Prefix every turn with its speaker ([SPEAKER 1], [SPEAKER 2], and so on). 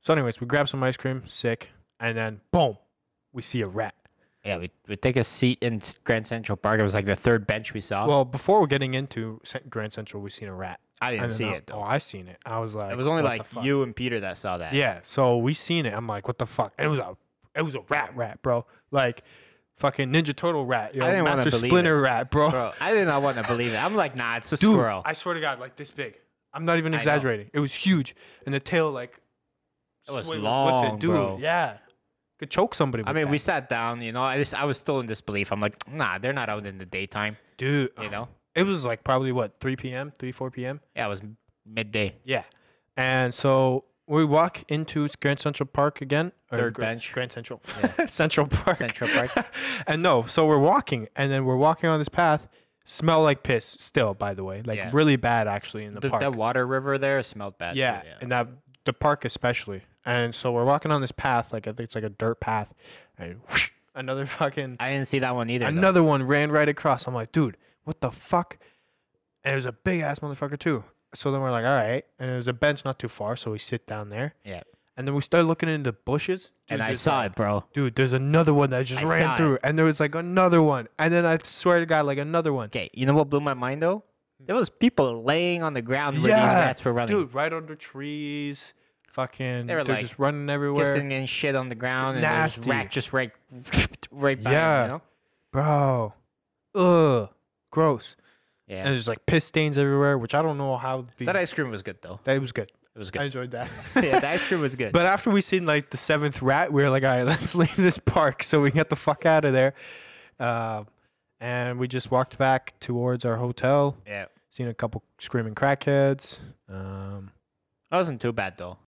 [SPEAKER 1] So, anyways, we grab some ice cream, sick, and then boom, we see a rat.
[SPEAKER 2] Yeah, we we take a seat in S- Grand Central Park. It was like the third bench we saw.
[SPEAKER 1] Well, before we're getting into Ce- Grand Central, we seen a rat.
[SPEAKER 2] I didn't
[SPEAKER 1] And then
[SPEAKER 2] see
[SPEAKER 1] I-
[SPEAKER 2] it though.
[SPEAKER 1] Oh, I seen it. I was like,
[SPEAKER 2] it was only
[SPEAKER 1] what the
[SPEAKER 2] like
[SPEAKER 1] fuck?
[SPEAKER 2] you and Peter that saw that.
[SPEAKER 1] Yeah, so we seen it. I'm like, what the fuck? And it was a, it was a rat, rat, bro. Like, fucking Ninja Turtle rat, yo,
[SPEAKER 2] I didn't wanna
[SPEAKER 1] Master
[SPEAKER 2] believe
[SPEAKER 1] Splinter rat, bro.
[SPEAKER 2] bro, I did not want to believe it. I'm like, nah, it's a
[SPEAKER 1] Dude,
[SPEAKER 2] squirrel.
[SPEAKER 1] I swear to God, like this big. I'm not even
[SPEAKER 2] I know.
[SPEAKER 1] exaggerating. It was huge, and the tail like,
[SPEAKER 2] It was
[SPEAKER 1] swayed with
[SPEAKER 2] long,
[SPEAKER 1] dude.
[SPEAKER 2] bro.
[SPEAKER 1] Yeah, could choke somebody.
[SPEAKER 2] I
[SPEAKER 1] with
[SPEAKER 2] mean, we
[SPEAKER 1] that.
[SPEAKER 2] sat down, you know. I just, I was still in disbelief. I'm like, nah, they're not out in the daytime,
[SPEAKER 1] dude, uh,
[SPEAKER 2] you know.
[SPEAKER 1] it was like probably what 3 p.m., 3 4 p.m.
[SPEAKER 2] Yeah, it was m- midday.
[SPEAKER 1] Yeah. And so we walk into Grand Central Park again. or
[SPEAKER 2] Third
[SPEAKER 1] Gra-
[SPEAKER 2] bench.
[SPEAKER 1] Grand Central. Central Park.
[SPEAKER 2] Central Park.
[SPEAKER 1] and no, so we're walking and then we're walking on this path. Smell like piss still, by the way. Like
[SPEAKER 2] Yeah.
[SPEAKER 1] really bad actually in the
[SPEAKER 2] Th-
[SPEAKER 1] park.
[SPEAKER 2] that water river there smelled bad. too,
[SPEAKER 1] yeah, And that the park especially. And so we're walking on this path, like I think it's like a dirt path. And whoosh, another fucking
[SPEAKER 2] I didn't see that one either. though.
[SPEAKER 1] Another one ran right across. I'm like, dude, what the fuck? And it was a big ass motherfucker too. So then we're like, all right. And there's a bench not too far, so we sit down there.
[SPEAKER 2] Yeah.
[SPEAKER 1] And then we start looking into bushes.
[SPEAKER 2] And
[SPEAKER 1] Dude,
[SPEAKER 2] I
[SPEAKER 1] there's
[SPEAKER 2] saw
[SPEAKER 1] like-
[SPEAKER 2] it, bro.
[SPEAKER 1] Dude, there's another one that just
[SPEAKER 2] I saw
[SPEAKER 1] ran
[SPEAKER 2] it.
[SPEAKER 1] through, and there was like another one, and then I swear to God, like another one.
[SPEAKER 2] Okay, you know what blew my mind though? There was people laying on the ground where these rats were running,
[SPEAKER 1] dude, right under trees, fucking,
[SPEAKER 2] They
[SPEAKER 1] they
[SPEAKER 2] were
[SPEAKER 1] are
[SPEAKER 2] like
[SPEAKER 1] just running everywhere,
[SPEAKER 2] kissing and shit on the ground, and there was
[SPEAKER 1] Nasty.
[SPEAKER 2] rat just right, right by. 'em,
[SPEAKER 1] Yeah.
[SPEAKER 2] You know?
[SPEAKER 1] bro. Ugh, gross.
[SPEAKER 2] Yeah.
[SPEAKER 1] And there's like piss stains everywhere, which I don't know how. The,
[SPEAKER 2] that ice cream was good though.
[SPEAKER 1] that was good.
[SPEAKER 2] It was
[SPEAKER 1] I
[SPEAKER 2] good.
[SPEAKER 1] enjoyed that.
[SPEAKER 2] yeah, the ice cream was good.
[SPEAKER 1] But after we seen like the seventh rat, we were like, all right, let's leave this park so we can get the fuck out of there. Uh, and we just walked back towards our hotel.
[SPEAKER 2] yeah,
[SPEAKER 1] Seen a couple screaming crackheads. Um,
[SPEAKER 2] that wasn't too bad though.